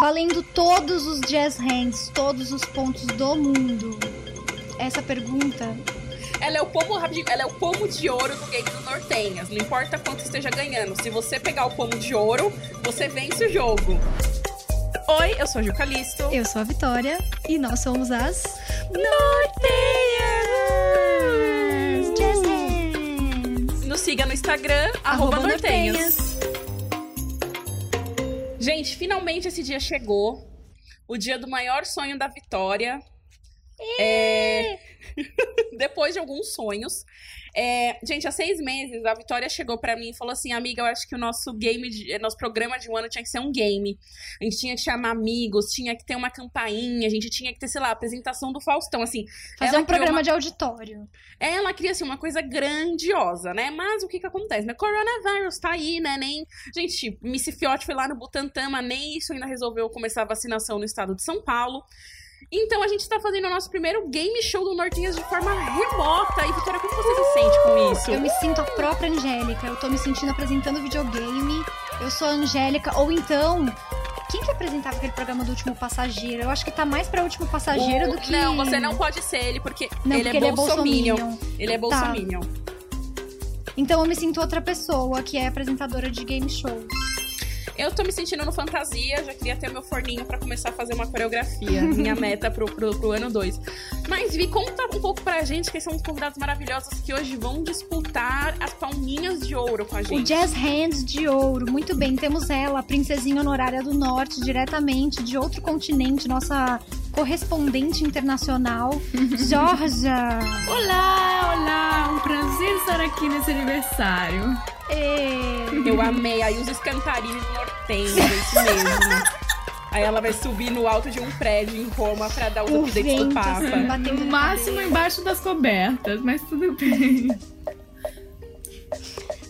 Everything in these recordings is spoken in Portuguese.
valendo todos os jazz hands, todos os pontos do mundo? Essa pergunta ela é o pomo rapidinho, ela é o pomo de ouro do game do Nortenhas. Não importa quanto esteja ganhando. Se você pegar o pomo de ouro, você vence o jogo. Oi, eu sou a Ju Calisto. Eu sou a Vitória e nós somos as Nortenhas! Jazz Hands! Nos siga no Instagram, arroba Nortenhas. Gente, finalmente esse dia chegou. O dia do maior sonho da Vitória. É... Depois de alguns sonhos. É, Gente, há seis meses, a Vitória chegou pra mim e falou assim: Amiga, eu acho que o nosso game, de- nosso programa de um ano tinha que ser um game. A gente tinha que chamar amigos, tinha que ter uma campainha, a gente tinha que ter, sei lá, apresentação do Faustão. Assim, Fazer Ela um programa criou de auditório. ela cria assim, uma coisa grandiosa, né? Mas o que que acontece? Né? Coronavírus tá aí, né? Nem... Gente, Missy Fiote foi lá no Butantã, mas nem isso ainda resolveu começar a vacinação no estado de São Paulo. Então a gente tá fazendo o nosso primeiro game show do Nortinhas de forma remota. E Vitória, como você se sente com isso? Eu me sinto a própria Angélica. Eu tô me sentindo apresentando videogame. Eu sou a Angélica. Ou então, quem que apresentava aquele programa do Último Passageiro? Eu acho que tá mais pra Último Passageiro O- do que. Não, você não pode ser ele, porque Não, ele, porque é ele é bolsominion. bolsominion. Tá. Ele é bolsominion. Então eu me sinto outra pessoa que é apresentadora de game shows. Eu tô me sentindo no fantasia, já queria ter meu forninho pra começar a fazer uma coreografia. Minha meta pro, pro, pro ano 2. Mas Vi, conta um pouco pra gente quem são os convidados maravilhosos que hoje vão disputar as palminhas de ouro com a O gente. Jazz Hands de Ouro. Muito bem, temos ela, a princesinha honorária do norte, diretamente de outro continente, nossa correspondente internacional, Georgia. Olá, olá! Um prazer estar aqui nesse aniversário. Ê, Eu amei, aí os escantarinhos nortenhos, isso mesmo. Aí ela vai subir no alto de um prédio em Roma pra dar os O updates do vento, Papa. assim, ba- é No máximo embaixo das cobertas, mas tudo bem.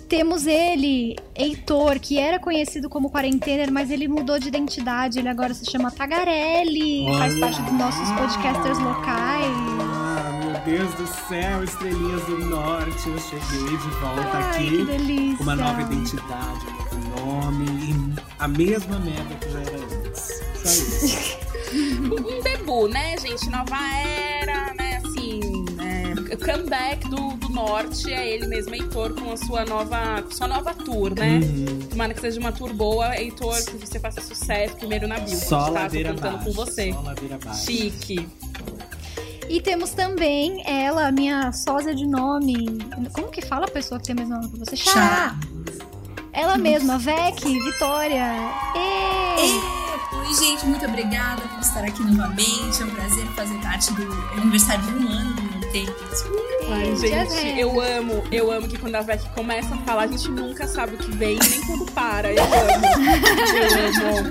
Temos ele, Heitor, que era conhecido como Quarentener, mas ele mudou de identidade. Ele agora se chama Tagarelli, Olha. faz parte dos nossos podcasters locais. Ah, meu Deus do céu, estrelinhas do norte, eu cheguei de volta Ai, que Tá aqui delícia. com uma nova identidade, um novo nome e a mesma merda que já era antes. Só isso. um debut, né, gente? Nova era, né? Assim, é, comeback do, do norte é ele mesmo, Heitor, com a sua nova, com sua nova tour, né? Uhum. Tomara que seja uma tour boa, Heitor, que você faça sucesso primeiro na Billboard, Só tá? Tô ladeira contando abaixo. com você. Só ladeira abaixo. Chique. E temos também ela, minha sósia de nome. Como que fala a pessoa que tem o mesmo nome que você? Chá! Ela mesma, Vec, Vitória. Ei! Oi, gente, muito obrigada por estar aqui novamente. É um prazer fazer parte do aniversário de um ano do meu tempo. Ai, Ei, Jazz gente, Hands. eu amo, eu amo que quando a Vec começa a falar, a gente nunca sabe o que vem, nem quando para. Eu amo. Eu amo.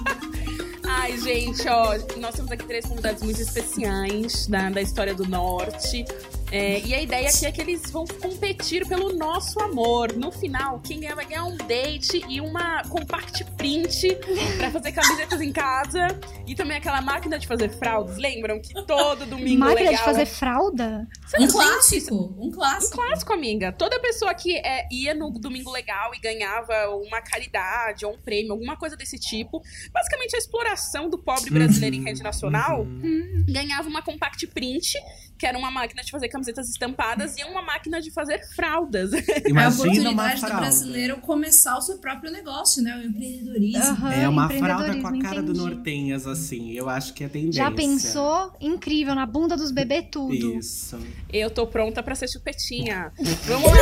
Ai, gente, ó, nós temos aqui três convidados muito especiais da, da história do Norte. É, e a ideia aqui é que eles vão competir pelo nosso amor. No final, quem ganhar vai ganhar um date e uma compact print pra fazer camisetas em casa. E também aquela máquina de fazer fraldas. Lembram que todo domingo Máquina é. de legal né? fazer fralda? Sabe, Um gente, clássico, um Um clássico. clássico, amiga. Toda pessoa que é, ia no Domingo Legal e ganhava uma caridade ou um prêmio, alguma coisa desse tipo, basicamente a exploração do pobre Uhum. brasileiro em rede nacional, Uhum. ganhava uma compact print, que era uma máquina de fazer camisetas estampadas, e uma máquina de fazer fraldas. é a Imagina uma oportunidade do fralda. brasileiro começar o seu próprio negócio, né? O empreendedorismo. Aham, É uma fralda com a empreendedorismo, cara do entendi. Nortenhas, assim. Eu acho que é tendência. Já pensou? Incrível, na bunda dos bebês tudo. Isso. Eu tô pronta pra ser chupetinha. Vamos lá.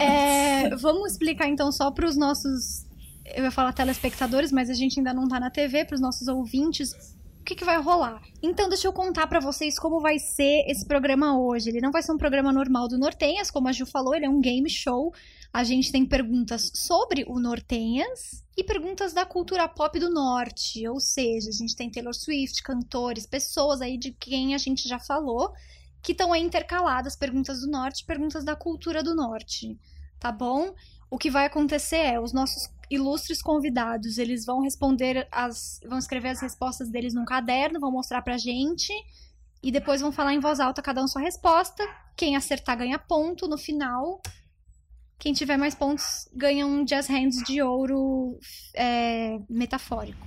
É, vamos explicar então só para os nossos. Eu ia falar telespectadores, mas a gente ainda não tá na TV, para os nossos ouvintes. O que, que vai rolar? Então, deixa eu contar pra vocês como vai ser esse programa hoje. Ele não vai ser um programa normal do Nortenhas, como a Ju falou, ele é um game show. A gente tem perguntas sobre o Nortenhas e perguntas da cultura pop do norte. Ou seja, a gente tem Taylor Swift, cantores, pessoas aí de quem a gente já falou, que estão aí intercaladas, perguntas do norte, perguntas da cultura do norte tá bom? O que vai acontecer é os nossos ilustres convidados, eles vão responder as vão escrever as respostas deles num caderno, vão mostrar pra gente e depois vão falar em voz alta cada um sua resposta. Quem acertar ganha ponto no final. O Quem tiver mais pontos ganha um Jazz Hands de ouro é, metafórico.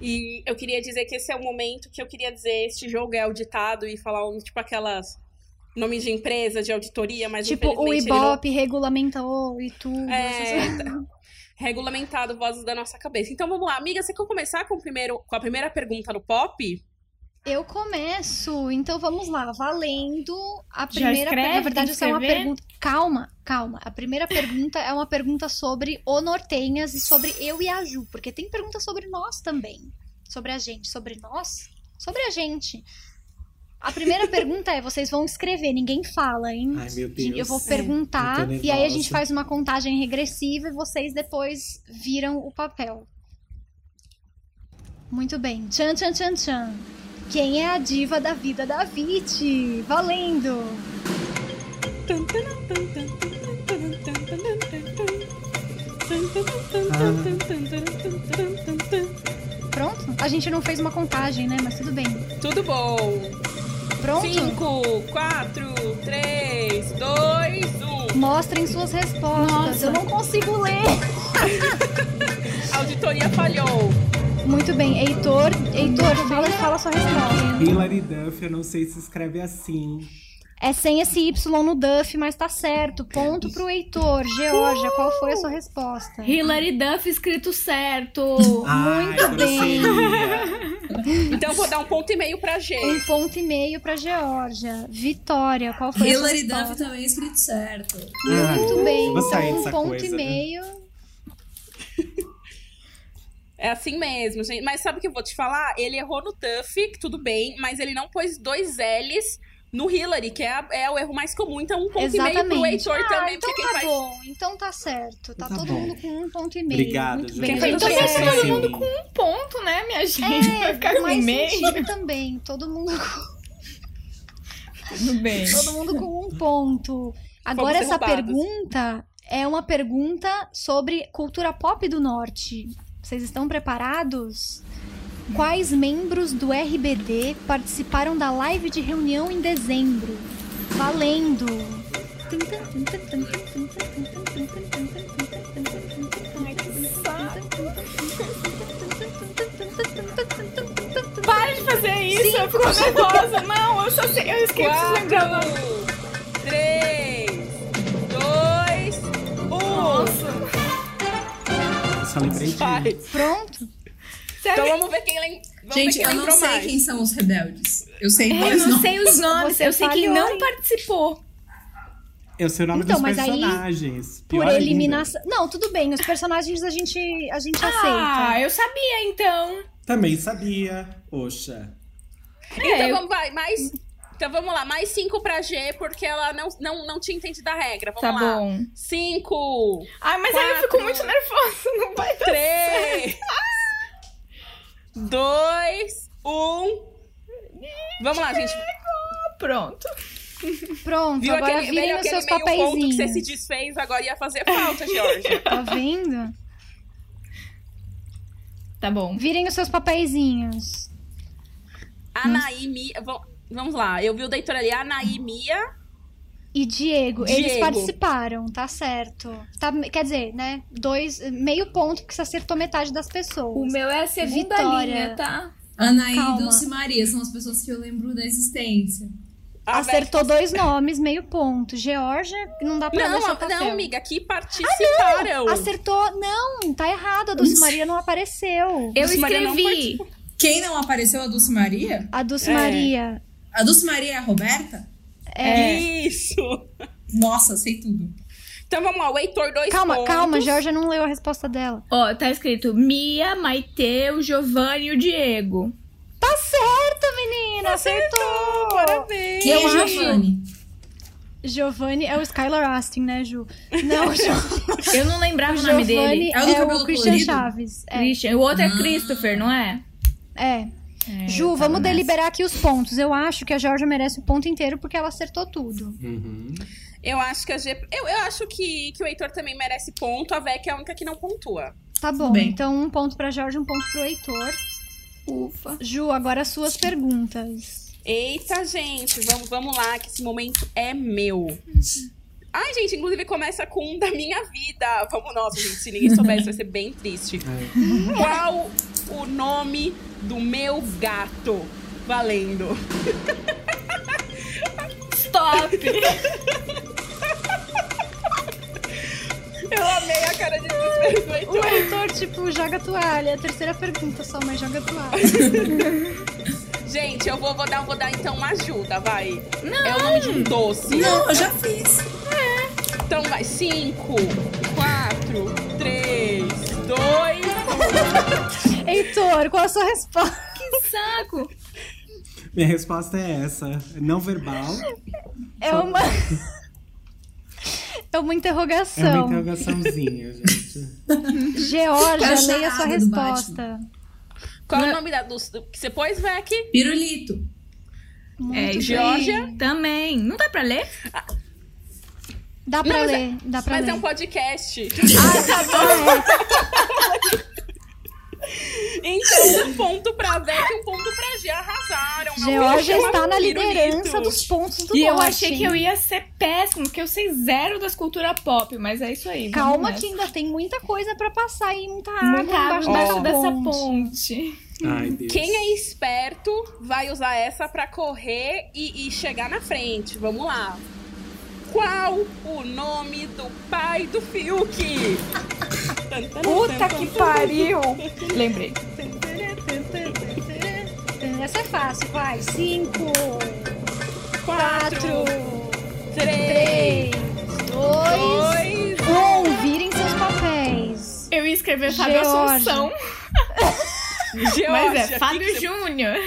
E eu queria dizer que esse é o momento que eu queria dizer, este jogo é auditado e falar um, tipo aquelas nomes de empresa, de auditoria, mas tipo, o infelizmente ele não- Ibope regulamentou e tudo. essas- É, tá. regulamentado vozes da nossa cabeça. Então vamos lá, amiga, você quer começar com, o primeiro, com a primeira pergunta no pop? Eu começo, então vamos lá, valendo a Já primeira per- escreve, Na verdade, tem que isso é uma escrever? pergunta. Calma, calma. A primeira pergunta é uma pergunta sobre o Nortenhas e sobre eu e a Ju, porque tem pergunta sobre nós também. Sobre a gente, sobre nós, sobre a gente. A primeira pergunta é: vocês vão escrever, ninguém fala, hein? Ai, meu Deus. Gente, Eu vou É. perguntar Eu tô e aí a gente nervosa. faz uma contagem regressiva e vocês depois viram o papel. Muito bem. Tchan, tchan, tchan, tchan. Quem é a diva da vida da Vit? Valendo! Pronto? A gente não fez uma contagem, né? Mas tudo bem. Tudo bom! Pronto? 5, 4, 3, 2, 1. Mostrem suas Ah. respostas. Nossa. Eu não consigo ler. Auditoria falhou. Muito bem. Heitor, Heitor, fala, fala a sua resposta. Hilary Ah, Duff, eu não sei se escreve assim. É sem esse Y no Duff, mas tá certo. Ponto pro Heitor. Georgia, qual foi a sua resposta? Hilary Duff escrito certo. Ai, bem. grosseria. Então eu vou dar um ponto e meio pra G. Um ponto e meio pra Geórgia. Vitória, qual foi a sua assim Hillary Duff resposta? também é escrito certo. Ai, Muito bem, vou sair então um dessa ponto coisa. né? e meio. Um É assim mesmo, gente. Mas sabe o que eu vou te falar? Ele errou no Tuff, que tudo bem, mas ele não pôs dois L's no Hillary, que é, a- é o erro mais comum. Então um ponto e meio pro Exatamente. Heitor ah, também, então porque tá quem faz... bom, então tá certo. Tá, Tá todo bom. mundo com um ponto e meio. Obrigado, Muito Ju. bem. Quem Então, fez é isso isso. Sim. um ponto, né, minha gente? Vai ficar É, com mais meio. sentido também. Todo mundo, Tudo bem. todo mundo com um ponto. Agora essa derrubados. pergunta é uma pergunta sobre cultura pop do norte. Vocês estão preparados? Quais membros do RBD participaram da live de reunião em dezembro? Valendo! Para de fazer isso, eu fico nervosa. Não, eu só sei, eu esqueço de lembrar. o nome. 4, 3, 2, 1. Nossa. Eu só lembrei Vai. disso. Pronto? Então vamos ver quem, lem... vamos ver Gente, quem eu não lembrou sei mais. quem são os rebeldes. Eu sei É, dois eu não nomes. sei os nomes, Você eu sei quem falhou, não hein? participou. Eu sei o nome Então, dos mas aí, personagens. Por Pior ainda. eliminação. Não, tudo bem. Os personagens a gente, a gente aceita. Ah, eu sabia então. Também sabia. Poxa. Então É, eu- vamos, vai, mais. Então vamos lá, mais 5 pra G, porque ela não, não, não tinha entendido a regra. Vamos Tá lá. bom. 5, Ai, mas aí eu fico Quatro. muito nervosa, não vai dar. 3, 2, 1. Vamos lá, gente. Pronto. Pronto, Viu agora aquele, veio virem os aquele seus meio ponto que você se papeizinhos. desfez, agora ia fazer falta, Georgia. Tá vendo? Tá bom. Virem os seus papeizinhos. Anaí, Mia. vam- Vamos lá, eu vi o Deitor ali. Anaí, Mia. E Diego, eles Diego. participaram, tá certo. Tá, quer dizer, né? Dois, meio ponto, porque você acertou metade das pessoas. O meu é a segunda Vitória. linha, tá? Anaí Calma. e Dulce Maria são as pessoas que eu lembro da existência. a Acertou dois nomes, meio ponto. Georgia, não dá pra Vera- ver seu Não, papel. Ah, não, amiga, que participaram. Acertou, não, tá errado. A Dulce Maria não apareceu. Eu Dulce Maria não escrevi. Quem não apareceu é a Dulce Maria? A Dulce É. Maria. A Dulce Maria é a Roberta? É. Isso. Nossa, sei tudo. Então vamos lá, o Heitor, dois Calma, pontos. calma, Georgia não leu a resposta dela. Ó, tá escrito Mia, Maite, o Giovanni e o Diego. Tá certo, menina, acertou. Parabéns. Quem Eu é acho- Giovanni? Giovanni é o Skylar Astin, né, Ju? Não, o Gio- Eu não lembrava o o nome Giovanni dele. É o do é o cabelo Christian colorido? Chaves. É. Christian. O outro é Christopher, não é? É. É, Ju, eu tava vamos nessa. deliberar aqui os pontos. Eu acho que a Georgia merece o ponto inteiro porque ela acertou tudo. Uhum. Eu acho que a G... Eu, eu acho que, que o Heitor também merece ponto. A Vec é a única que não pontua. Tá bom, bem. então um ponto pra Georgia, um ponto pro Heitor. Ufa. Ju, agora as suas perguntas. Uhum. Eita, gente, vamos, vamos lá, que esse momento é meu. Ai, gente, inclusive começa com um da minha vida. Vamos, nossa, gente, se ninguém soubesse, vai ser bem triste. É. Qual o nome do meu gato? Valendo. Stop! Eu amei a cara de desespero do O Heitor. Heitor, tipo, joga toalha. Terceira pergunta só, mas joga toalha. Gente, eu vou, vou dar, vou dar então uma ajuda, vai. É o nome de um doce. Não, eu já fiz. Então vai. Cinco, quatro, três, dois. Heitor, qual a sua resposta? Saco! Minha resposta é essa. Não verbal. É uma. É uma É uma interrogação. interrogaçãozinha, gente. Georgia, Caixa leia a sua errada do resposta. Qual é o nome da, do, do que você pôs, Vec? Pirulito. É, Muito isso Georgia? aí. Também. Não dá pra ler? Dá pra Não, mas é- ler, dá pra Mas ler. é um podcast. Ah, tá Então, um ponto pra Vec e um ponto pra G. Arrasaram. A Georgia Will está na pirulito. liderança dos pontos do E eu norte, achei que hein? eu ia ser péssimo, porque eu sei zero das culturas pop, mas é isso aí. vamos Calma nessa. que ainda tem muita coisa pra passar e muita água Muita água embaixo embaixo dessa dessa ponte. ponte. Ai, Deus. Quem é esperto vai usar essa pra correr e, e chegar na frente. Vamos lá. Qual o nome do pai do Fiuk? Puta que pariu! Lembrei. Essa é fácil, vai. Cinco, quatro, Quatro, três, três, dois, dois. um. Virem seus papéis. Eu ia escrever Fábio Georgia. Assunção, Georgia, mas que é Fábio que você- Júnior.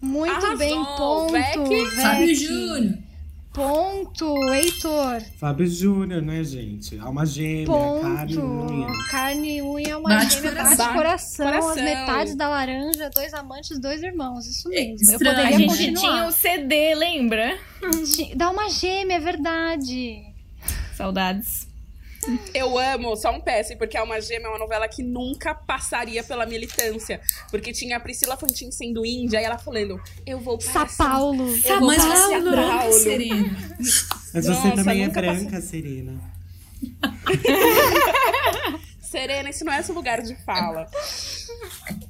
Muito Arrasou, bem, ponto. Vec. Fábio Vec. Júnior. Ponto, Heitor. Fábio Júnior, né, gente? Alma gêmea, é carne e unha. Ponto. Carne e unha é uma Bate gêmea, coração. bate coração. As Coração. metades da laranja, dois amantes, dois irmãos. Isso mesmo. Eu É Estranho, A poderia gente tinha continuar. o CD, lembra? Ti- Dá uma gêmea, é verdade. Saudades. Eu amo, só um PS, porque Alma Gêmea é uma novela que nunca passaria pela militância. Porque tinha a Priscila Fantin sendo índia e ela falando: Eu vou para São um Paulo. Eu vou Mas para você é São branca e Paulo." serena. Mas Nossa, você também é nunca passou- branca, Serena. Serena, esse não é seu lugar de fala.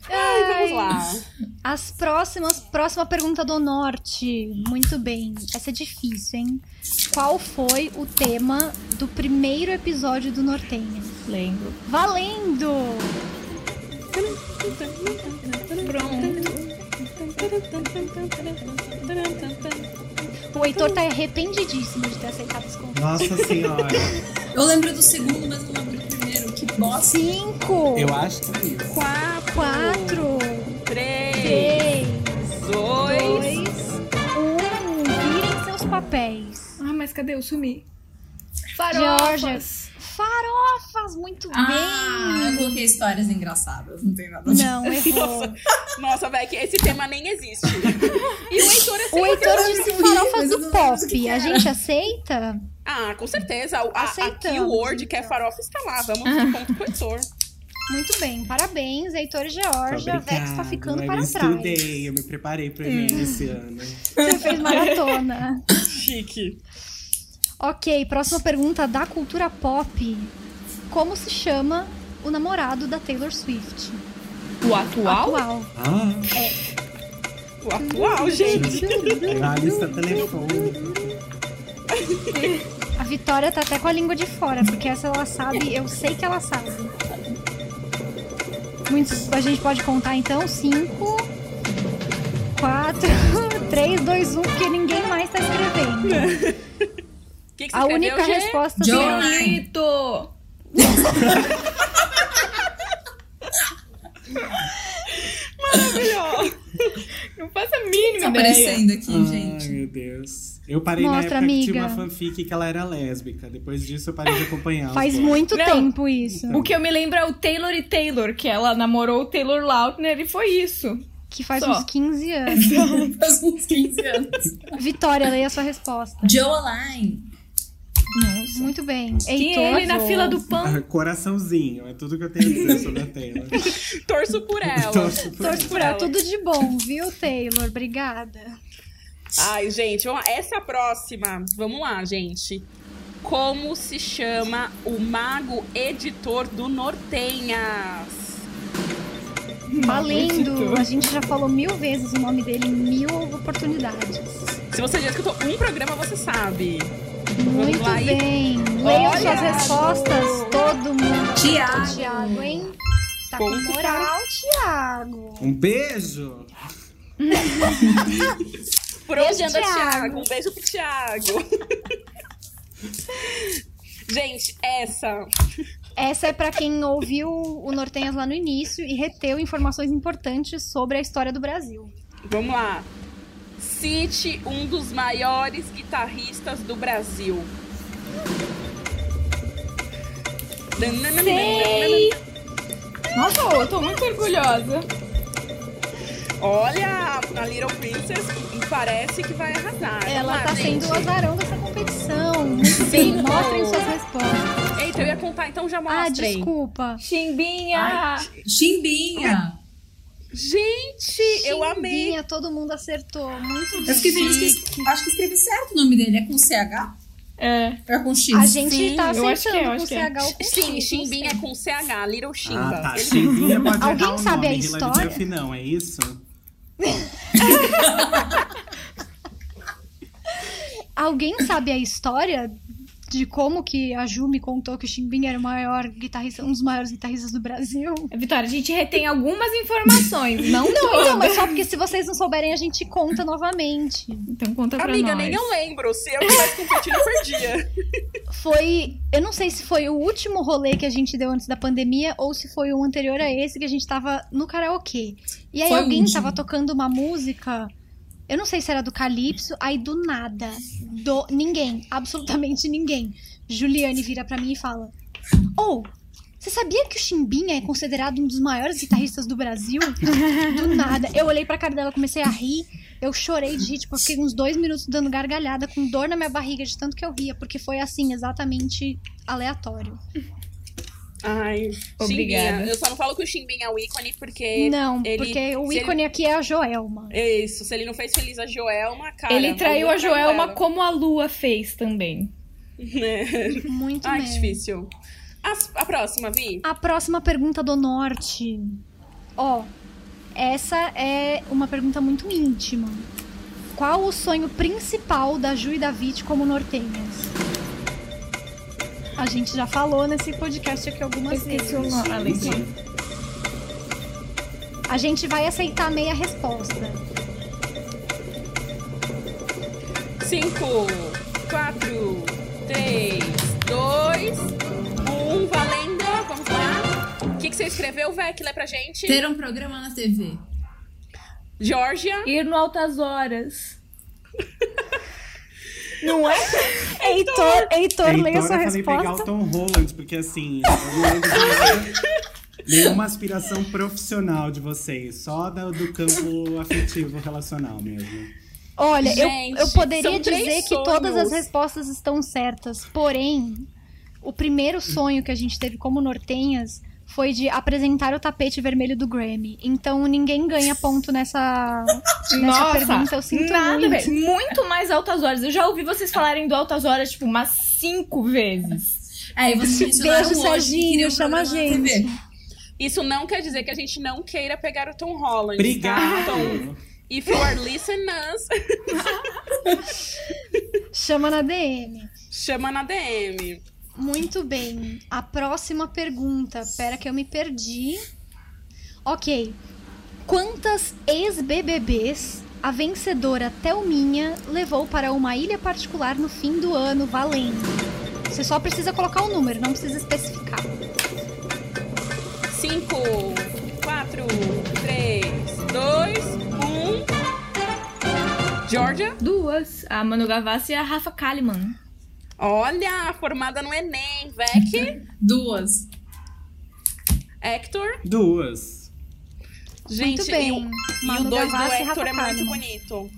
Ai, vamos lá. As próximas, próxima pergunta do norte. Muito bem. Essa é difícil, hein? Qual foi o tema do primeiro episódio do Nortenha? Lembro. Valendo! O Heitor tá arrependidíssimo de ter aceitado esse convite. Nossa senhora. Eu lembro do segundo, mas não lembro do primeiro. Que bosta. Cinco, Eu acho que é isso. Quatro, quatro, três, três, dois. dois, um. Virem seus papéis. Ah, mas cadê? Eu sumi. Georgia. Farofas. Farofas, muito Ah, bem. eu coloquei histórias engraçadas. Não tem nada a ver. Não, um. errou. Nossa, velho, que esse tema nem existe. E o Heitor é O Heitor Eu disse não vi, farofas mas do eu não lembro o pop. que A gente aceita? Ah, com certeza. O- A, a Aceitamos, keyword que é então. farofa está lá. Vamos pro ponto pro Heitor. Muito bem, parabéns, Heitor e Georgia. A Obrigado, Vex tá ficando eu para trás. É. estudei, eu me preparei pro Enem esse ano. Você fez maratona. Chique. ok, próxima pergunta da cultura pop. Como se chama o namorado da Taylor Swift? O atual? Atual. Ah, O atual, gente. a lista telefônica. A Vitória tá até com a língua de fora, porque essa ela sabe, eu sei que ela sabe. Muitos, a gente pode contar então? 5, 4, 3, 2, 1, porque um, ninguém mais tá escrevendo. O que, que você A escreveu, única Gê? resposta Então, Jolie. né? certa- Lito. Maravilhoso. Não faço a mínima ideia. Tá aparecendo aqui, Ai, gente. meu Deus. Eu parei Mostra, na época que tinha amiga. uma fanfic que ela era lésbica. Depois disso eu parei de acompanhar. os Faz dois. muito Não. tempo isso. O que eu me lembro é o Taylor e Taylor, que ela namorou o Taylor Lautner e foi isso. Que faz Só. uns 15 anos. Faz uns 15 anos. Vitória, leia a sua resposta. Joeline. Nossa. Muito bem. E Heitor, é ele na Joe. fila do pão. Ah, Coraçãozinho, é tudo que eu tenho a dizer sobre a Taylor. Torço por ela. Torço por Torço por ela. Tá Tudo de bom, viu, Taylor? Obrigada. Ai, gente, vamos lá. essa próxima. Vamos lá, gente. Como se chama o mago editor do Nortenhas? Valendo! A gente já falou mil vezes o nome dele, em mil oportunidades. Se você já escutou um programa, você sabe. Muito lá, hein? bem! Leiam Olha! suas respostas, todo mundo. Tiago. Tiago, hein? Tá com Ponto moral, Tiago. Um beijo! Por onde Beijo, anda Thiago. Thiago? Um beijo pro Thiago. Gente, essa. Essa é pra quem ouviu o Nortenhas lá no início e reteu informações importantes sobre a história do Brasil. Vamos lá. Cite um dos maiores guitarristas do Brasil. Sei. Nossa, eu tô muito orgulhosa. Olha, a Little Princess parece que vai arrasar. Vamos Ela lá, tá gente. sendo o azarão dessa competição. Muito bem, mostrem suas respostas. Eita, eu ia contar, então já Ah, mostrei. desculpa. Chimbinha. Chimbinha. gente, eu amei. Chimbinha, todo mundo acertou. Muito Eu fiquei feliz que eu acho que escrevi certo o nome dele. É com CH? É. Ou É com X? A gente tá eu acho que é, acertando com eu acho que é. CH ou com Sim, X, não Chimbinha é sei. com CH, Little Chimba. Ah, tá. Ele- Chimbinha pode Alguém errar o sabe a nome, Hilary história? Duff não, é isso? Alguém sabe a história de como que a Ju me contou que o Chimbinha era o maior guitarrista, um dos maiores guitarristas do Brasil? Vitória, a gente retém algumas informações. Não, Não, todas. então, mas só porque se vocês não souberem, a gente conta novamente. Então conta pra Amiga, nós. nem eu lembro. Se eu tivesse competindo, eu perdia. Foi. Eu não sei se foi o último rolê que a gente deu antes da pandemia ou se foi um anterior a esse que a gente tava no karaokê. E aí Foi o alguém último. tava tocando uma música. Eu não sei se era do Calypso, aí do nada. Do ninguém, absolutamente ninguém. Juliane vira pra mim e fala: Ou, você sabia que o Chimbinha é considerado um dos maiores guitarristas do Brasil? Do nada. Eu olhei pra cara dela, comecei a rir. Eu chorei de rir, tipo, eu fiquei uns dois minutos dando gargalhada, com dor na minha barriga, de tanto que eu ria, porque foi assim, exatamente aleatório. Ai, Obrigada. Chimbinha. Eu só não falo que o Chimbinha é o ícone, porque. não, ele- porque o se ele- ícone aqui é a Joelma. É Isso, se ele não fez feliz a Joelma, cara. Ele traiu a eu traio Joelma ela. como a Lua fez também. Né? Muito Ai, bem. que difícil. As- A, próxima, Vi. A próxima pergunta do norte. Ó, essa é uma pergunta muito íntima. Qual o sonho principal da Ju e da Vit como nortenhas? A gente já falou nesse podcast aqui algumas vezes. o nome, Alex. A gente vai aceitar meia resposta. Cinco, quatro, três, dois, um, valendo. Vamos lá. O que, que você escreveu, Vé, que lê pra gente? Ter um programa na TV. Georgia. Ir no Altas Horas. Não é? Heitor, Heitor, Heitor, leia eu sua falei pegar resposta. o Tom Holland, porque assim, eu não lembro de nenhuma aspiração profissional de vocês, só da- do campo afetivo relacional mesmo. Olha, eu- Gente, eu, poderia são três dizer que todas as sonhos. respostas estão certas, porém, o primeiro sonho que a gente teve como nortenhas foi de apresentar o tapete vermelho do Grammy. Então ninguém ganha ponto nessa, nessa Nossa, pergunta. Eu sinto nada, muito. velho. Muito mais Altas Horas. Eu já ouvi vocês falarem do Altas Horas, tipo, umas cinco vezes. Aí vocês É, mencionaram Beijo, hoje que queria Serginho, um chama programa a na TV. Isso não quer dizer que a gente não queira pegar o Tom Holland. Tá? Tom, Obrigado! if you are listening us, Chama na DM. chama na DM. Muito bem. A próxima pergunta. Pera que eu me perdi. Ok. Quantas ex-BBBs a vencedora Thelminha levou para uma ilha particular no fim do ano, valendo? Você só precisa colocar o número, não precisa especificar. Cinco, quatro, três, dois, um. Georgia, Duas. A Manu Gavassi e a Rafa Kalimann. olha, formada no Enem, Vec, Duas. Hector. Duas. Gente, muito bem. E o, e o Manu dois do Gavassi e Rafa Hector é muito Kalimann. bonito.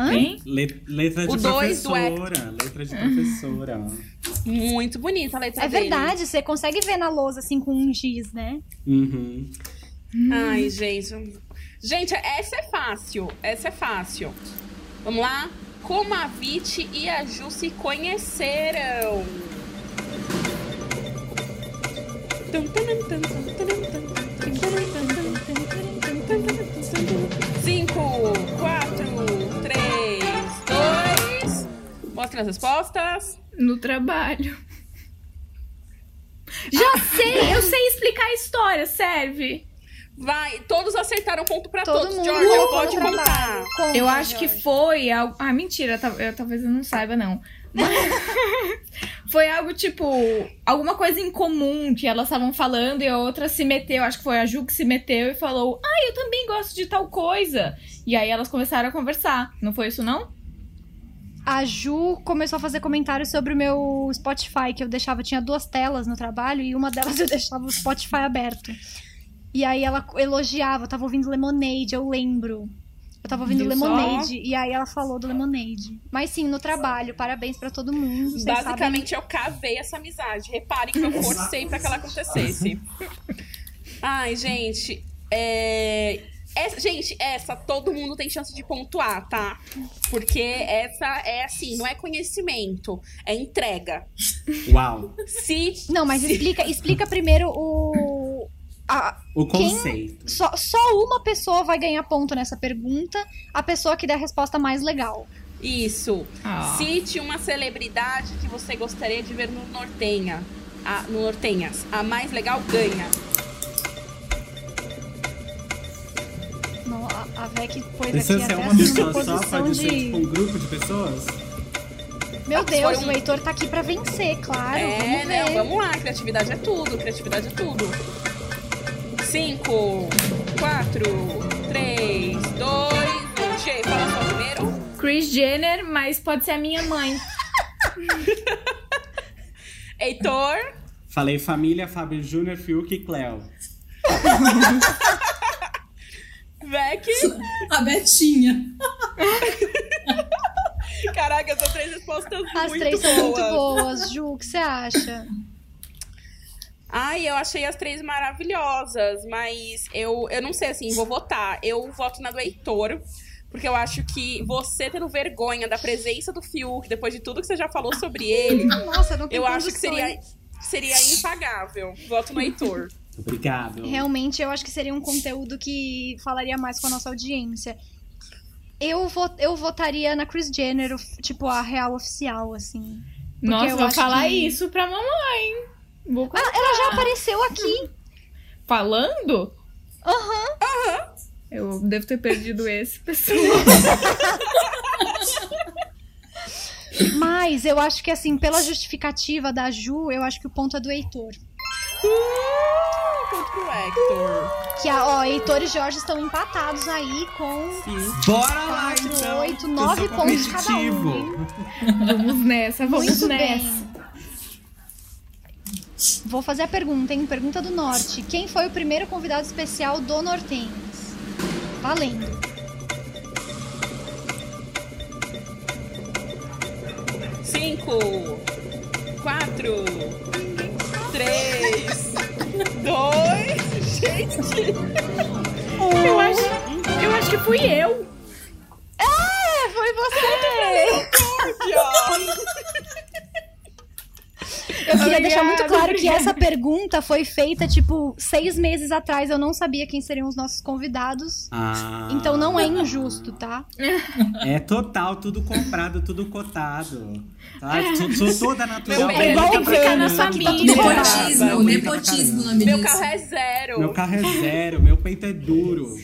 Hã? Hein? Le- letra de O dois do Hector. professora. Letra de professora. Muito bonita a letra É dele. verdade, você consegue ver na lousa assim com um giz, né? Uhum. Ai, gente. Gente, essa é fácil. Essa é fácil. Vamos lá? como a Vit e a Ju se conheceram. Cinco, quatro, três, dois. Mostrem as respostas. No trabalho. Já sei, eu sei explicar a história, serve. Vai, todos acertaram ponto pra Todo todos. mundo tá. Georgia, colocou pode no contar. trabalho. Conta, Eu acho que Jorge. foi. algo- Ah, mentira, tal- eu- talvez eu não saiba, não. Mas foi algo tipo. Alguma coisa em comum que elas estavam falando e a outra se meteu. Acho que foi a Ju que se meteu e falou: Ah, eu também gosto de tal coisa. E aí elas começaram a conversar. Não foi isso, não? A Ju começou a fazer comentários sobre o meu Spotify, que eu deixava, tinha duas telas no trabalho e uma delas eu deixava o Spotify aberto. E aí ela elogiava, eu tava ouvindo Lemonade, eu lembro. Eu tava ouvindo Viu só? Lemonade e aí ela falou do Lemonade. Mas sim, no trabalho, parabéns pra todo mundo. Vocês sabem Basicamente, eu cavei essa amizade. Reparem que eu forcei pra que ela acontecesse. Ai, gente. é, essa- gente, essa todo mundo tem chance de pontuar, tá? Porque essa é assim, não é conhecimento, é entrega. Uau! Se Não, mas explica, explica primeiro o. a- O Quem- conceito. só, só uma pessoa vai ganhar ponto nessa pergunta, a pessoa que der a resposta mais legal. isso, Ah. cite uma celebridade que você gostaria de ver no Nortenha. A, no Nortenhas. A mais legal ganha. Não, a, a Vec pôs Precisa aqui ser até uma assim, pessoa uma só? posição Pode ser de. tipo um grupo de pessoas? Meu se for Deus, um- o Heitor tá aqui pra vencer, claro. É, vamos ver. não, vamos lá, criatividade é tudo, criatividade é tudo. Cinco, quatro, três, dois, Che, fala só primeiro. Chris Jenner, mas pode ser a minha mãe. Heitor, Falei família, Fábio Júnior, Fiuk e Cleo. Vec. A Betinha. Caraca, são três respostas muito As três boas. são muito boas, Ju, o que você acha? Ai, eu achei as três maravilhosas, mas eu, eu não sei assim, vou votar. Eu voto na do Heitor, porque eu acho que você tendo vergonha da presença do Fiuk, depois de tudo que você já falou sobre ele, Nossa, não tem eu acho que condições. seria, seria impagável. Voto no Heitor. Obrigado. Realmente, eu acho que seria um conteúdo que falaria mais com a nossa audiência. Eu, vo eu votaria na Chris Jenner, o- tipo, a real oficial, assim. Nossa, eu vou acho falar que- isso pra mamãe. Vou... Ah, ela tá. já apareceu aqui. Falando? Aham. Eu devo ter perdido esse, pessoal. Mas eu acho que, assim, pela justificativa da Ju, eu acho que o ponto é do Heitor. Ponto pro Hector. Que, a- ó, Heitor e Jorge estão empatados aí com Bora lá, Quatro, então! oito, Eu nove sou pontos cada um, competitivo. hein? Vamos nessa, vamos Muito nessa. bem. Vou fazer a pergunta, hein? Pergunta do Norte. Quem foi o primeiro convidado especial do Nortens? Valendo. Cinco, quatro, três, dois. Gente, Eu acho, eu acho que fui eu. É, foi você! que ódio. Eu queria deixar muito Obrigada, claro que obrigada. essa pergunta foi feita, tipo, seis meses atrás. Eu não sabia quem seriam os nossos convidados. Ah, Então não é injusto, tá? É total, tudo comprado, tudo cotado. Tá? Sou, sou toda natural. Meu bem, É igual Tá o Vênus, bacana. só que tá tudo Tá Nepotismo, bonita pra nepotismo caramba. o nome Meu disso. carro é tá zero. Meu carro é zero, meu peito é duro.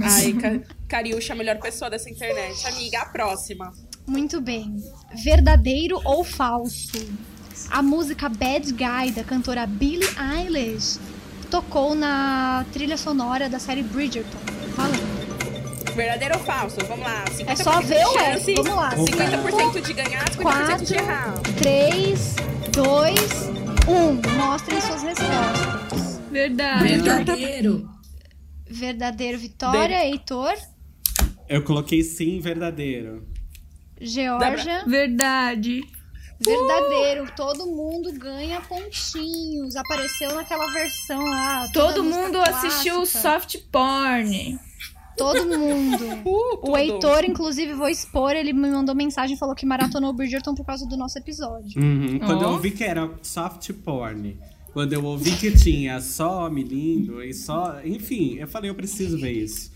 Ai, Ca- Cariúcha, é a melhor pessoa dessa internet. Amiga, a próxima. Muito bem. Verdadeiro ou falso? A música Bad Guy da cantora Billie Eilish tocou na trilha sonora da série Bridgerton. Valendo. Verdadeiro ou falso? Vamos lá. 50% É só ver de o chance, S. Vamos lá. 50% Opa. de ganhar, 50% de errar. 3, 2, 1. Mostrem suas respostas. Verdade. Verdadeiro. Verdadeiro Vitória, Heitor, Eu coloquei sim, verdadeiro. Georgia. Verdade. Uh! Verdadeiro. Todo mundo ganha pontinhos. Apareceu naquela versão lá. toda Todo música mundo assistiu o clássica. soft porn. Todo mundo. Uh, O Heitor, inclusive, vou expor, ele me mandou mensagem e falou que maratonou Bridgerton por causa do nosso episódio. Uhum, Quando eu Ó. ouvi que era soft porn, quando eu ouvi que tinha só homem lindo e só. Enfim, eu falei, eu preciso ver isso.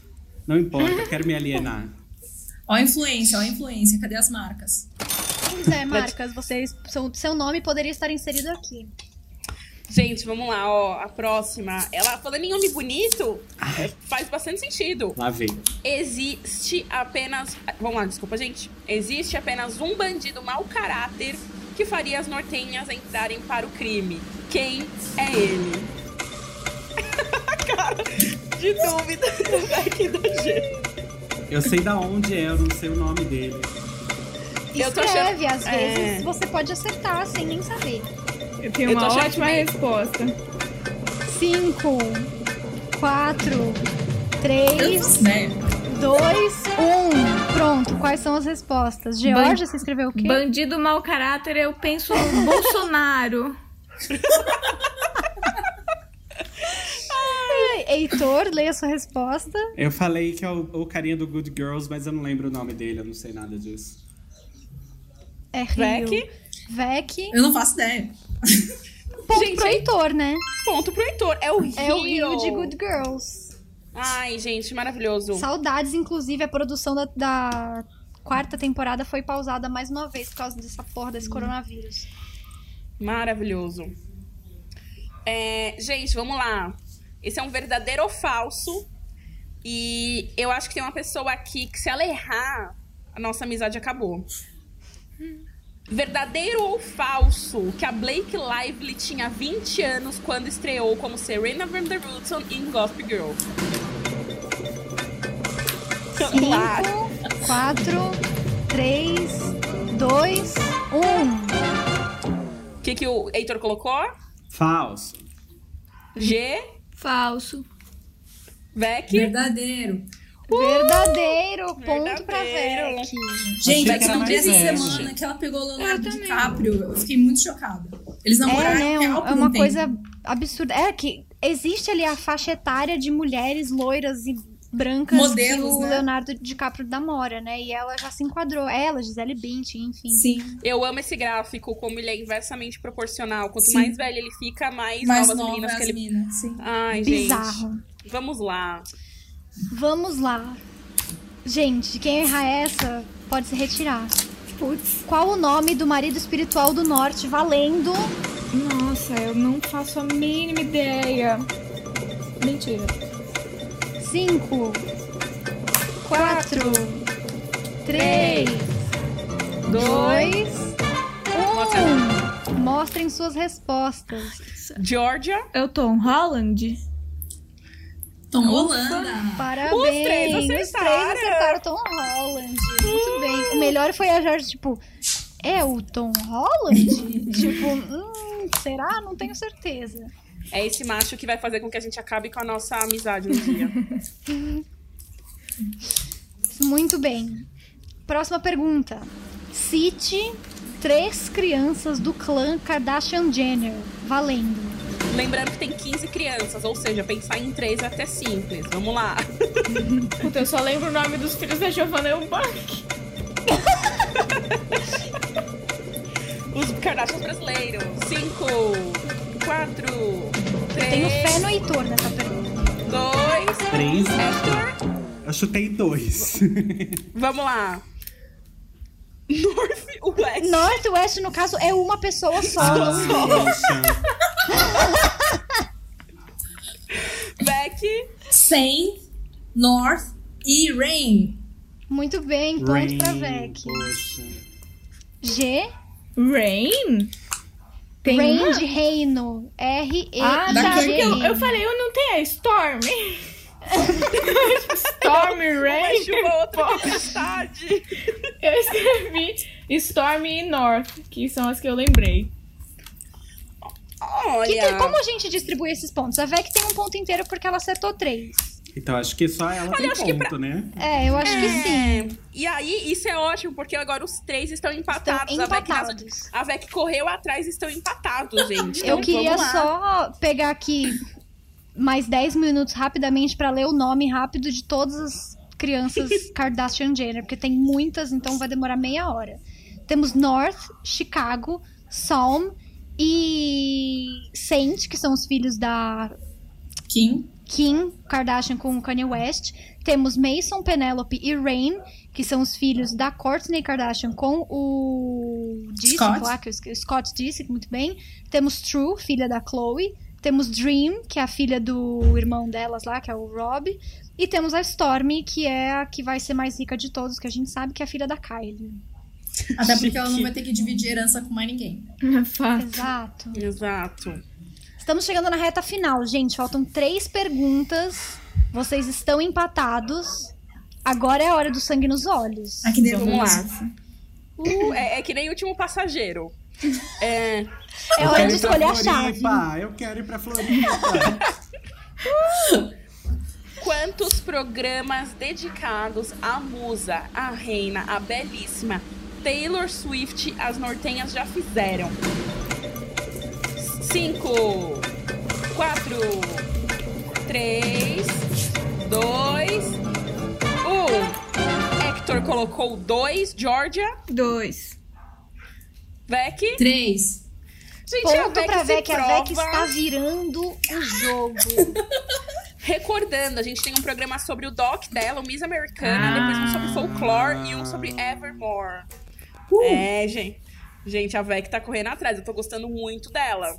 Não importa, eu quero me alienar. Ó a influência, ó a influência. Cadê as marcas? Pois é, Marcas, vocês. Seu, seu nome poderia estar inserido aqui. Gente, vamos lá, ó. A próxima. Ela falando em homem bonito, é, faz bastante sentido. Lá vem. Existe apenas. Vamos lá, desculpa, gente. Existe apenas um bandido mau caráter que faria as nortenhas entrarem para o crime. Quem é ele? Cara, de dúvida do Beck da G. Eu sei da onde é, eu não sei o nome dele. Eu tô Escreve, às vezes É. você pode acertar sem nem saber. Eu tenho Eu tô uma achando ótima que- resposta. Cinco, quatro, Eu três, não sei. dois, um. Pronto, quais são as respostas? Georgia, você escreveu o quê? Bandido mau caráter, eu penso no Bolsonaro. Heitor, leia a sua resposta. Eu falei que é o, o carinha do Good Girls, mas eu não lembro o nome dele, eu não sei nada disso. É Rio. Vec. Vec. Um Eu não faço ideia. Ponto Gente, pro é- Heitor, né? Ponto pro Heitor. É o Rio. É o Rio de Good Girls. Ai, gente, maravilhoso. Saudades, inclusive, a produção da, da quarta temporada foi pausada mais uma vez por causa dessa porra Hum. desse coronavírus. Maravilhoso. É, gente, vamos lá. Esse é um verdadeiro ou falso. E eu acho que tem uma pessoa aqui que, se ela errar, a nossa amizade acabou. Verdadeiro ou falso que a Blake Lively tinha 20 anos quando estreou como Serena Vanderwoodson em Gossip Girl? Tá. Claro. Cinco, quatro, três, dois, um. O que, que o Heitor colocou? Falso. G, Falso. Vec. Verdadeiro. Verdadeiro, ponto Verdadeiro. pra Vec. Gente, Achei que eu era não vi mais essa leve. semana que ela pegou o Leonardo DiCaprio. Eu fiquei muito chocada. Eles namoraram É, né? real um- por É um uma tempo. coisa absurda. É que existe ali a faixa etária de mulheres loiras e brancas Modelos, que o né? Leonardo DiCaprio namora, né? E ela já se enquadrou. Ela, Gisele Bündchen, enfim. Sim. Eu amo esse gráfico, como ele é inversamente proporcional. Quanto Sim. mais velho ele fica, mais, Mais novas nova meninas as que ele. minas, sim. Ai, Bizarro. gente. Vamos lá. Vamos lá. Gente, quem errar essa pode se retirar. Putz. Qual o nome do marido espiritual do norte valendo? Nossa, eu não faço a mínima ideia. Mentira. 5, 4, 3, 2, 1. Mostrem suas respostas. Georgia. Eu tô em É Holland? Tom Holanda. Parabéns. três Os três acertaram. acertaram Tom Holland. Muito bem. O melhor foi a Jorge, tipo, é o Tom Holland? tipo, hum, será? Não tenho certeza. É esse macho que vai fazer com que a gente acabe com a nossa amizade um dia. Muito bem. Próxima pergunta. Cite três crianças do clã Kardashian Jenner. Valendo. Lembrando que tem 15 crianças, ou seja, pensar em três é até simples. Vamos lá. Puta, eu só lembro o nome dos filhos da Giovanna Eubank. Os Kardashians brasileiros. Cinco, quatro, Tenho fé três, no Heitor nessa pergunta. dois, Três. Hector. Eu chutei dois. Vamos lá. North West. Norte e Oeste, no caso, é uma pessoa só. Ah, poxa. Beck. Sem, North e Rain. Muito bem, ponto Rain, pra Vec. poxa. G, Rain? Tem Rain uma? de Reino. R, E, Ah, tá. I, Daqui a G. porque eu, eu falei, eu não tenho a Storm. Storm Uma é Rain. chuva, outra é tempestade. tipo, Eu escrevi Storm e North, que são as que eu lembrei. Que Olha. tem- como a gente distribui esses pontos? A Vec tem um ponto inteiro porque ela acertou três. Então acho que só ela tem acho que ponto, né? É, eu acho que sim. E aí, isso é ótimo, porque agora os três estão Estão empatados. A Vec nas- Então, empatados. A Vec correu atrás e estão empatados, gente. Então, Eu queria vamos lá. só pegar aqui mais 10 minutos rapidamente pra ler o nome rápido de todas as crianças Kardashian Jenner, porque tem muitas, então vai demorar meia hora. Temos North, Chicago, Psalm e Saint, que são os filhos da Kim. Kim Kardashian com o Kanye West. Temos Mason, Penelope e Rain, que são os filhos da Kourtney Kardashian com o Jason, Scott. lá, que eu esque- Scott disse muito bem. Temos True, filha da Chloe. Temos Dream, que é a filha do irmão delas lá, que é o Rob. E temos a Stormy, que é a que vai ser mais rica de todos, que a gente sabe que é a filha da Kylie. Até porque ela não vai ter que dividir herança com mais ninguém. Fato. Exato. Exato. Estamos chegando na reta final, gente. Faltam três perguntas. Vocês estão empatados. Agora é a hora do sangue nos olhos. Aqui dentro Vamos lá. Uh, é, é que nem o último passageiro. É, É hora de escolher a chave. Floripa, eu quero ir pra Floripa. quantos programas dedicados à musa, à reina, à belíssima Taylor Swift as nortenhas já fizeram? Cinco, quatro, três, dois, um. Hector colocou dois, Georgia, Dois. Vec. Três. Gente, a Ponto Vec pra se ver que a prova. Vec está virando o jogo. Recordando, a gente tem um programa sobre o doc dela, o Miss Americana, depois um sobre folklore e um sobre Evermore. É, gente. Gente, a Vec tá correndo atrás, eu tô gostando muito dela.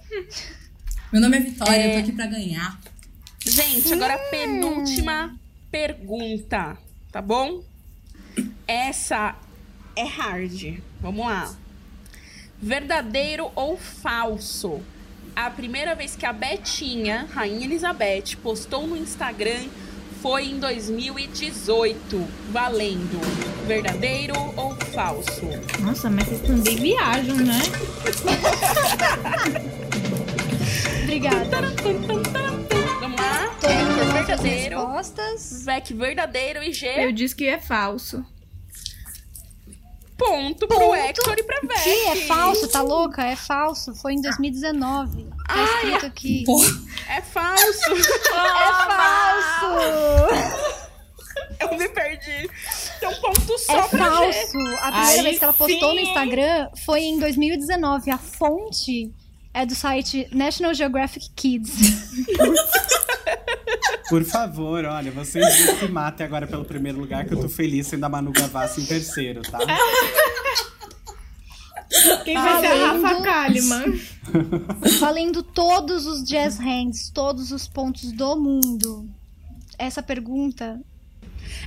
Meu nome é Vitória, eu tô aqui pra ganhar. Gente, agora Hum. a penúltima pergunta, tá bom? Essa é hard. Vamos lá. Verdadeiro ou falso? A primeira vez que a Betinha, Rainha Elizabeth, postou no Instagram foi em 2018. Valendo. Verdadeiro ou falso? Nossa, mas vocês também viajam, né? Obrigada. Vamos lá? Todo mundo Vec, lança as verdadeiro. respostas. Vec, verdadeiro e G. Eu disse que é falso. Ponto, pro Ponto. Hector e pra Vec. Que é falso, tá louca? É falso. Foi em 2019. Tá escrito aqui. Porra, É falso. É falso! Eu me perdi. Tem um ponto só É pra G. falso! A primeira Aí vez que ela postou no sim. Instagram foi em 2019. A fonte é do site National Geographic Kids. Por favor, olha, vocês dois se matem agora pelo primeiro lugar, que eu tô feliz sendo a Manu Gavassi em terceiro, tá? Quem vai ser a Rafa Valendo. Kalimann? Valendo todos os jazz hands, todos os pontos do mundo. Essa pergunta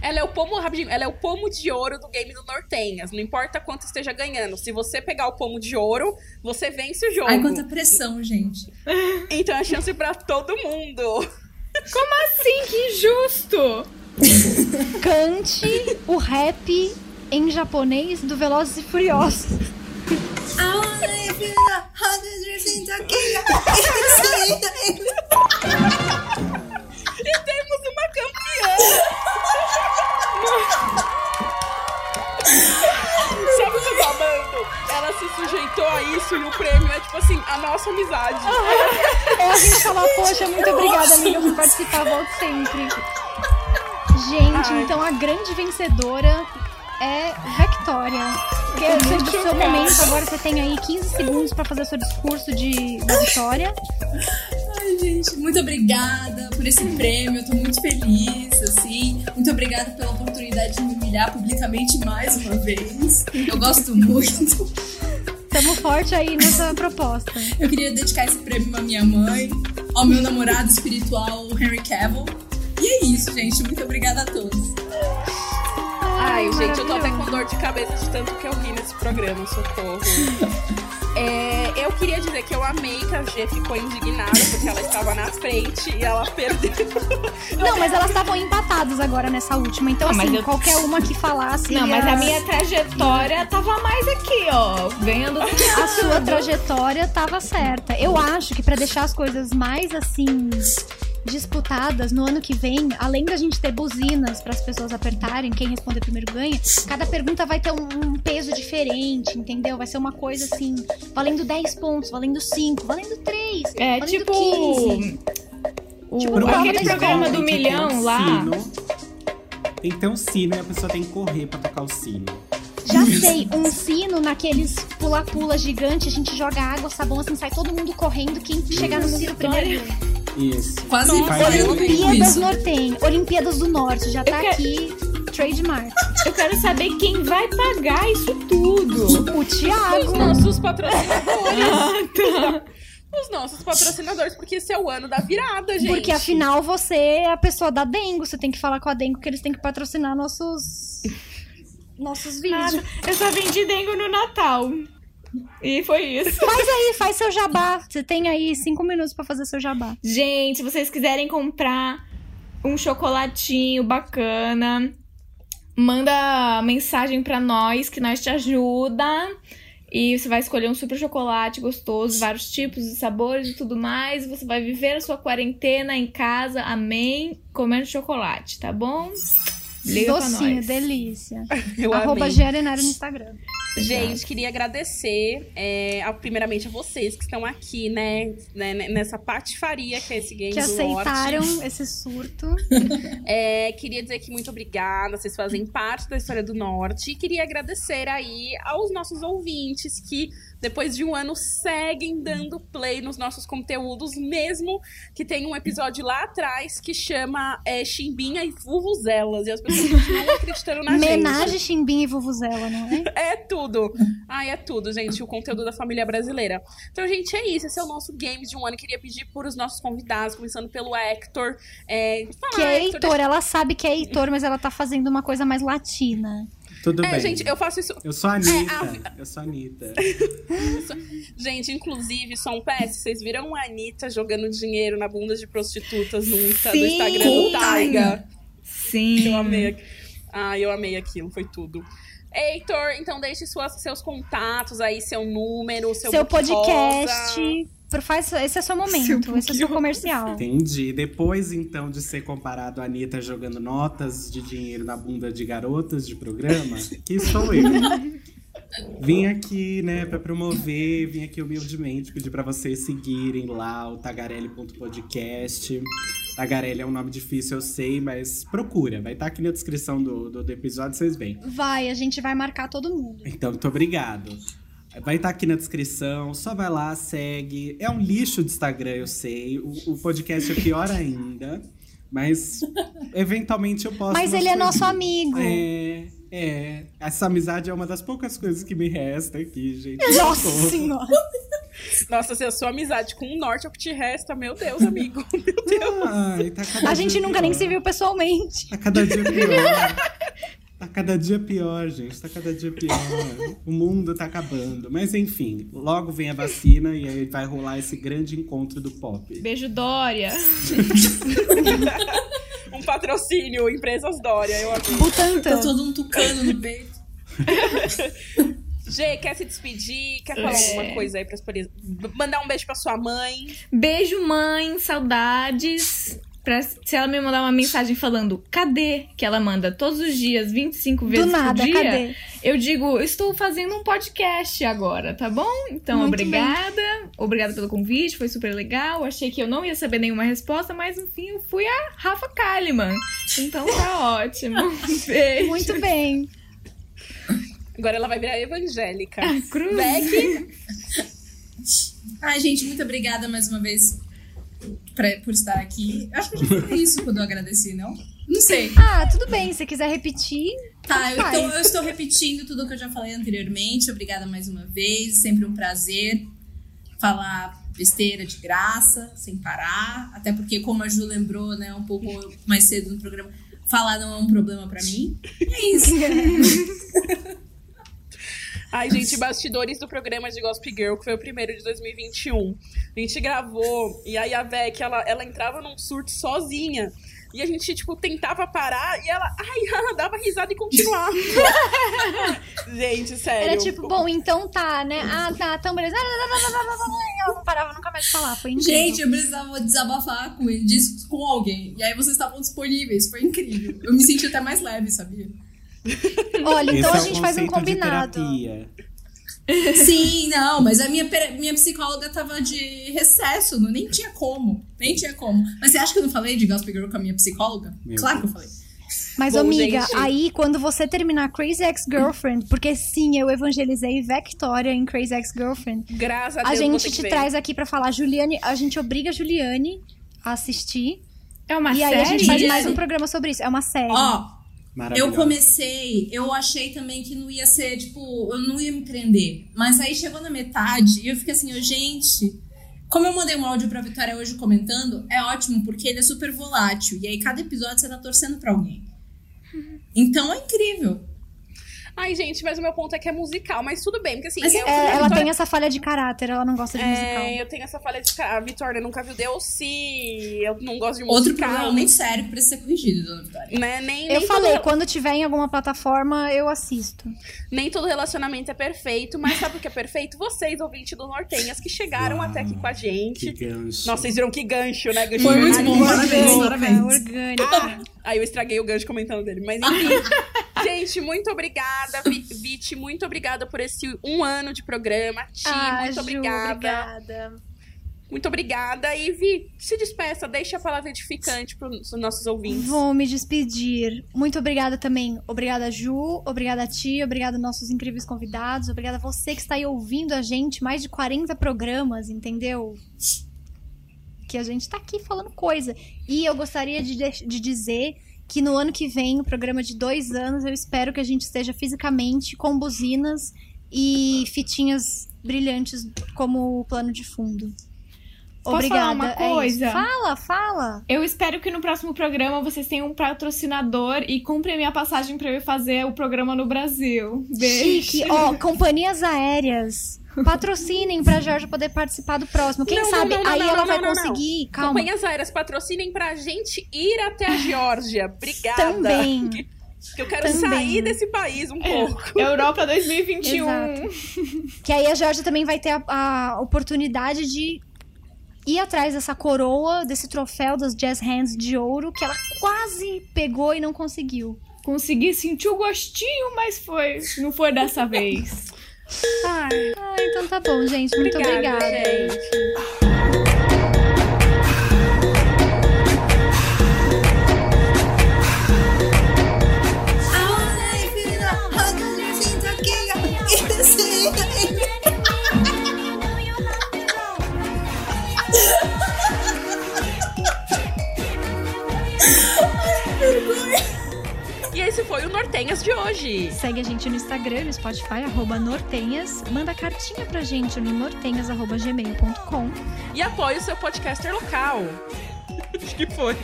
Ela é o pomo, rapidinho, ela é o pomo de ouro do game do Nortenhas. Não importa quanto esteja ganhando. Se você pegar o pomo de ouro, você vence o jogo. ai quanta pressão, gente. Então é chance pra todo mundo. Como assim? Que injusto! cante o rap em japonês do Velozes e Furiosos. Ai, filha, hundred dreams aqui. Isso aí. E temos uma campeã. Sabe o que eu tô amando? Ela se sujeitou a isso e o prêmio é tipo assim, a nossa amizade. É a gente falar, poxa, muito obrigada, amiga, por participar, volte sempre. Gente, Ai. então a grande vencedora é Victoria. Porque é do seu momento, agora você tem aí 15 segundos pra fazer seu discurso de, da vitória. Ai, gente, muito obrigada por esse prêmio. Eu tô muito feliz, assim. Muito obrigada pela oportunidade de me humilhar publicamente mais uma vez. Eu gosto muito. Tamo forte aí nessa proposta. Eu queria dedicar esse prêmio à minha mãe, ao meu namorado espiritual, o Henry Cavill. E é isso, gente. Muito obrigada a todos. Ai, gente, eu tô até com dor de cabeça de tanto que eu ri nesse programa, socorro. É, eu queria dizer que eu amei que a G ficou indignada porque ela estava na frente e ela perdeu. Não, mas elas estavam empatadas agora nessa última. Então, Ah, mas assim, eu- qualquer uma que falasse. Não, mas ia- a minha trajetória tava mais aqui, ó. Ganhando A sua trajetória tava certa. Eu acho que pra deixar as coisas mais assim disputadas no ano que vem, além da gente ter buzinas para as pessoas apertarem, quem responder primeiro ganha. Cada pergunta vai ter um, um peso diferente, entendeu? Vai ser uma coisa assim, valendo 10 pontos, valendo 5, valendo 3, É valendo tipo. 15. O Tipo, Pro- aquele pro- programa tem do que ter um milhão lá. Sino. Tem que ter um sino e a pessoa tem que correr pra tocar o sino. Já sei, um sino naqueles pula-pula gigante, a gente joga água, sabão, assim, sai todo mundo correndo, quem chegar no sino primeiro. Isso. Quase Nossa, foi eu mesmo Olimpíadas isso. Nortem, Olimpíadas do Norte, já tá quero- aqui, trademark. Eu quero saber quem vai pagar isso tudo. Ah, O Os Thiago. nossos patrocinadores. tá. Os nossos patrocinadores, porque esse é o ano da virada, gente. Porque afinal você é a pessoa da Dengo, você tem que falar com a Dengo que eles têm que patrocinar nossos nossos vídeos. Eu só vendi dengo no Natal. E foi isso. Faz aí, faz seu jabá. Você tem aí cinco minutos pra fazer seu jabá. Gente, se vocês quiserem comprar um chocolatinho bacana, manda mensagem pra nós que nós te ajuda. E você vai escolher um super chocolate gostoso, vários tipos de sabores e tudo mais. Você vai viver a sua quarentena em casa, amém, comendo chocolate, tá bom? Liga pra Docinho, nós. delícia. Eu Arroba amei. Giarenaro no Instagram. Gente, queria agradecer é, a- primeiramente a vocês que estão aqui, né? né, né, nessa patifaria que é esse game Que do Norte. aceitaram esse surto. É, queria dizer que muito obrigada, vocês fazem parte da história do Norte. E queria agradecer aí aos nossos ouvintes que, depois de um ano, seguem dando play nos nossos conteúdos, mesmo que tem um episódio lá atrás que chama é, Chimbinha e Vuvuzelas. E as pessoas continuam acreditando na gente. Homenagem Chimbim e Vuvuzela, não é? É tudo. Ai, é tudo, gente. O conteúdo da família brasileira. Então, gente, é isso. Esse é o nosso game de um ano. Queria pedir por os nossos convidados, começando pelo Hector. É, fala, Que é Hector, deixa- Heitor, ela sabe que é Heitor, mas ela tá fazendo uma coisa mais latina. Tudo É, bem. gente, eu É, faço isso. Eu sou a Anitta. Eu sou a Anitta. Gente, inclusive, só um PS, vocês viram a Anitta jogando dinheiro na bunda de prostitutas no Insta, do Sim! Instagram do Sim! Taiga. Eu Sim. amei. aqu- Ah, eu amei aquilo, foi tudo. Heitor, então deixe suas, seus contatos aí, seu número, seu, Seu, book rosa. podcast. Pro- Faz, esse é seu momento, esse é seu comercial. Entendi. Depois, então, de ser comparado a Anitta jogando notas de dinheiro na bunda de garotas de programa, que sou eu. Vim aqui, né, pra promover, vim aqui humildemente pedir pra vocês seguirem lá o tagarelli.podcast. Tagarelli é um nome difícil, eu sei, mas procura. Vai estar aqui na descrição do, do, do episódio, vocês veem. Vai, a gente vai marcar todo mundo. Então, muito obrigado. Vai estar aqui na descrição, só vai lá, segue. É um lixo de Instagram, eu sei. O, o podcast é pior ainda, mas eventualmente eu posso. Mas ele é nosso amigo. É, é. Essa amizade é uma das poucas coisas que me resta aqui, gente. Nossa Socorro. senhora. Nossa, se a sua amizade com o norte é o que te resta, meu Deus, amigo. Ai, tá cada A dia gente nunca pior. nem se viu pessoalmente. Tá cada dia pior. tá cada dia pior, gente. Tá cada dia pior. O mundo tá acabando. Mas enfim, logo vem a vacina e aí vai rolar esse grande encontro do pop. Beijo, Dória. um patrocínio, Empresas Dória, eu amei. Tá Butantan. todo um tucano no peito. Gê, quer se despedir? Quer falar É. alguma coisa aí pras polícias? Mandar um beijo pra sua mãe. Beijo, mãe, saudades. Pra- se ela me mandar uma mensagem falando cadê, que ela manda todos os dias, 25 Do vezes nada, por dia, cadê? eu digo, estou fazendo um podcast agora, tá bom? Então, Muito obrigada. Obrigada pelo convite, foi super legal. Achei que eu não ia saber nenhuma resposta, mas enfim, eu fui a Rafa Kalimann. Então tá ótimo. Beijo. Muito bem. Agora ela vai virar evangélica. Cruz. Beck, Ai, gente, muito obrigada mais uma vez pra- por estar aqui. Acho que já foi isso quando eu agradeci, não? Não sei. Ah, tudo bem. Se quiser repetir, Tá, eu, Faz. então eu estou repetindo tudo que eu já falei anteriormente. Obrigada mais uma vez. Sempre um prazer falar besteira de graça, sem parar. Até porque, como a Ju lembrou, né, um pouco mais cedo no programa, falar não é um problema pra mim. É isso. Ai, gente, bastidores do programa de Gossip Girl, que foi o primeiro de 2021. A gente gravou, e aí a Beck, ela, ela entrava num surto sozinha. E a gente, tipo, tentava parar, e ela, ai, ela dava risada e continuava. gente, sério. era tipo, bom, então tá, né? Ah, tá, então beleza. Ela não parava nunca mais de falar. Foi incrível. Gente, eu precisava desabafar com ele, disso com alguém. E aí vocês estavam disponíveis. Foi incrível. Eu me senti até mais leve, sabia? Olha, então Esse a é o gente faz um conceito de combinado. terapia. Sim, não, mas a minha, pera- minha psicóloga tava de recesso, não, nem tinha como. Nem tinha como. Mas você acha que eu não falei de Gossip Girl com a minha psicóloga? Meu claro Deus. que eu falei. Mas, Bom, amiga, gente. aí quando você terminar Crazy Ex-Girlfriend, porque sim, eu evangelizei Victoria em Crazy Ex-Girlfriend, Graças a a Deus. vou ter gente que te ver. traz aqui pra falar, Juliane, a gente obriga a Juliane a assistir. É uma e aí série? a gente faz Isso. mais um programa sobre isso. É uma série. Ó, eu Maravilhosa. comecei, eu achei também que não ia ser, tipo, eu não ia me prender. Mas aí chegou na metade e eu fiquei assim, ó, gente. Como eu mandei um áudio pra Vitória hoje comentando, é ótimo, porque ele é super volátil. E aí cada episódio você tá torcendo pra alguém. Então é incrível. Ai, gente, mas o meu ponto é que é musical, mas tudo bem, porque assim. Mas eu, É, a ela Vitória- tem essa falha de caráter, ela não gosta de musical. É, eu tenho essa falha de. A Vitória nunca viu Delcy. Eu não gosto de musical. Outro problema muito sério que precisa ser corrigido, dona Vitória. Né? Nem, Eu nem falei, Todo, quando tiver em alguma plataforma, eu assisto. nem todo relacionamento é perfeito, mas sabe o que é perfeito? Vocês, ouvintes do Nortenhas, que chegaram Uau, até aqui com a Que gente. gancho. Nossa, vocês viram que gancho, né? Gancho Foi muito jornalista. bom, parabéns, parabéns. orgânica. Aí eu estraguei o gancho comentando dele, mas enfim. gente, muito obrigada, Vi- Vit. Muito obrigada por esse um ano de programa. Ti, Ah, muito Ju, obrigada. obrigada. Muito obrigada. E Vi, se despeça, deixa a palavra edificante para os nossos ouvintes. Vou me despedir. Muito obrigada também. Obrigada, Ju. Obrigada a ti. Obrigada, nossos incríveis convidados. Obrigada a você que está aí ouvindo a gente. Mais de 40 programas, entendeu? Que a gente tá aqui falando coisa. E eu gostaria de, deix- de dizer que no ano que vem, o programa de dois anos, eu espero que a gente esteja fisicamente com buzinas e fitinhas brilhantes como plano de fundo. Posso obrigada. falar uma É isso. coisa? fala, fala. Eu espero que no próximo programa vocês tenham um patrocinador e comprem a minha passagem pra eu ir fazer o programa no Brasil. Beijo. Chique. Ó, companhias aéreas. Patrocinem pra Georgia poder participar do próximo. Quem Não, não, sabe não, não, aí não, ela não, vai não, não. conseguir. Calma. Companhias aéreas patrocinem pra gente ir até a Geórgia. Obrigada. Também. Que eu quero Também. É. sair desse país um pouco. Europa 2021. Exato. Que aí a Georgia também vai ter a, a oportunidade de ir atrás dessa coroa, desse troféu das Jazz Hands de ouro que ela quase pegou e não conseguiu. Consegui sentir o gostinho, mas foi. Não foi dessa vez. Ai, Ah, então tá bom, gente. Muito obrigada. gente. E esse foi o Nortenhas de hoje. Segue a gente no Instagram, no Spotify, arroba Nortenhas. Manda cartinha pra gente no nortenhas.gmail.com. E apoie o seu podcaster local. Acho que foi.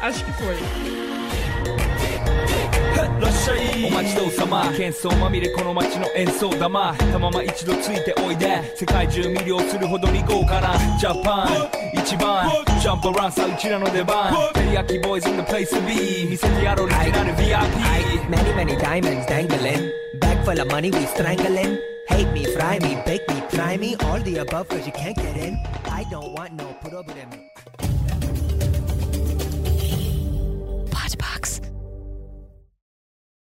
Acho que foi. らっしゃいお待ちどうさま喧騒まみれこの街の演奏玉たまま一度ついておいで世界中魅了するほどに豪華なジャパン一番ジャンプランサーうちらの出番照り焼きボーイズ in the place to be 見せてやろうリジナル VIP Many, many diamonds dangling. Bag full of money we strangling. Hate me, fry me, bake me, try me. All the above, cause you can't get in. I don't want no problem.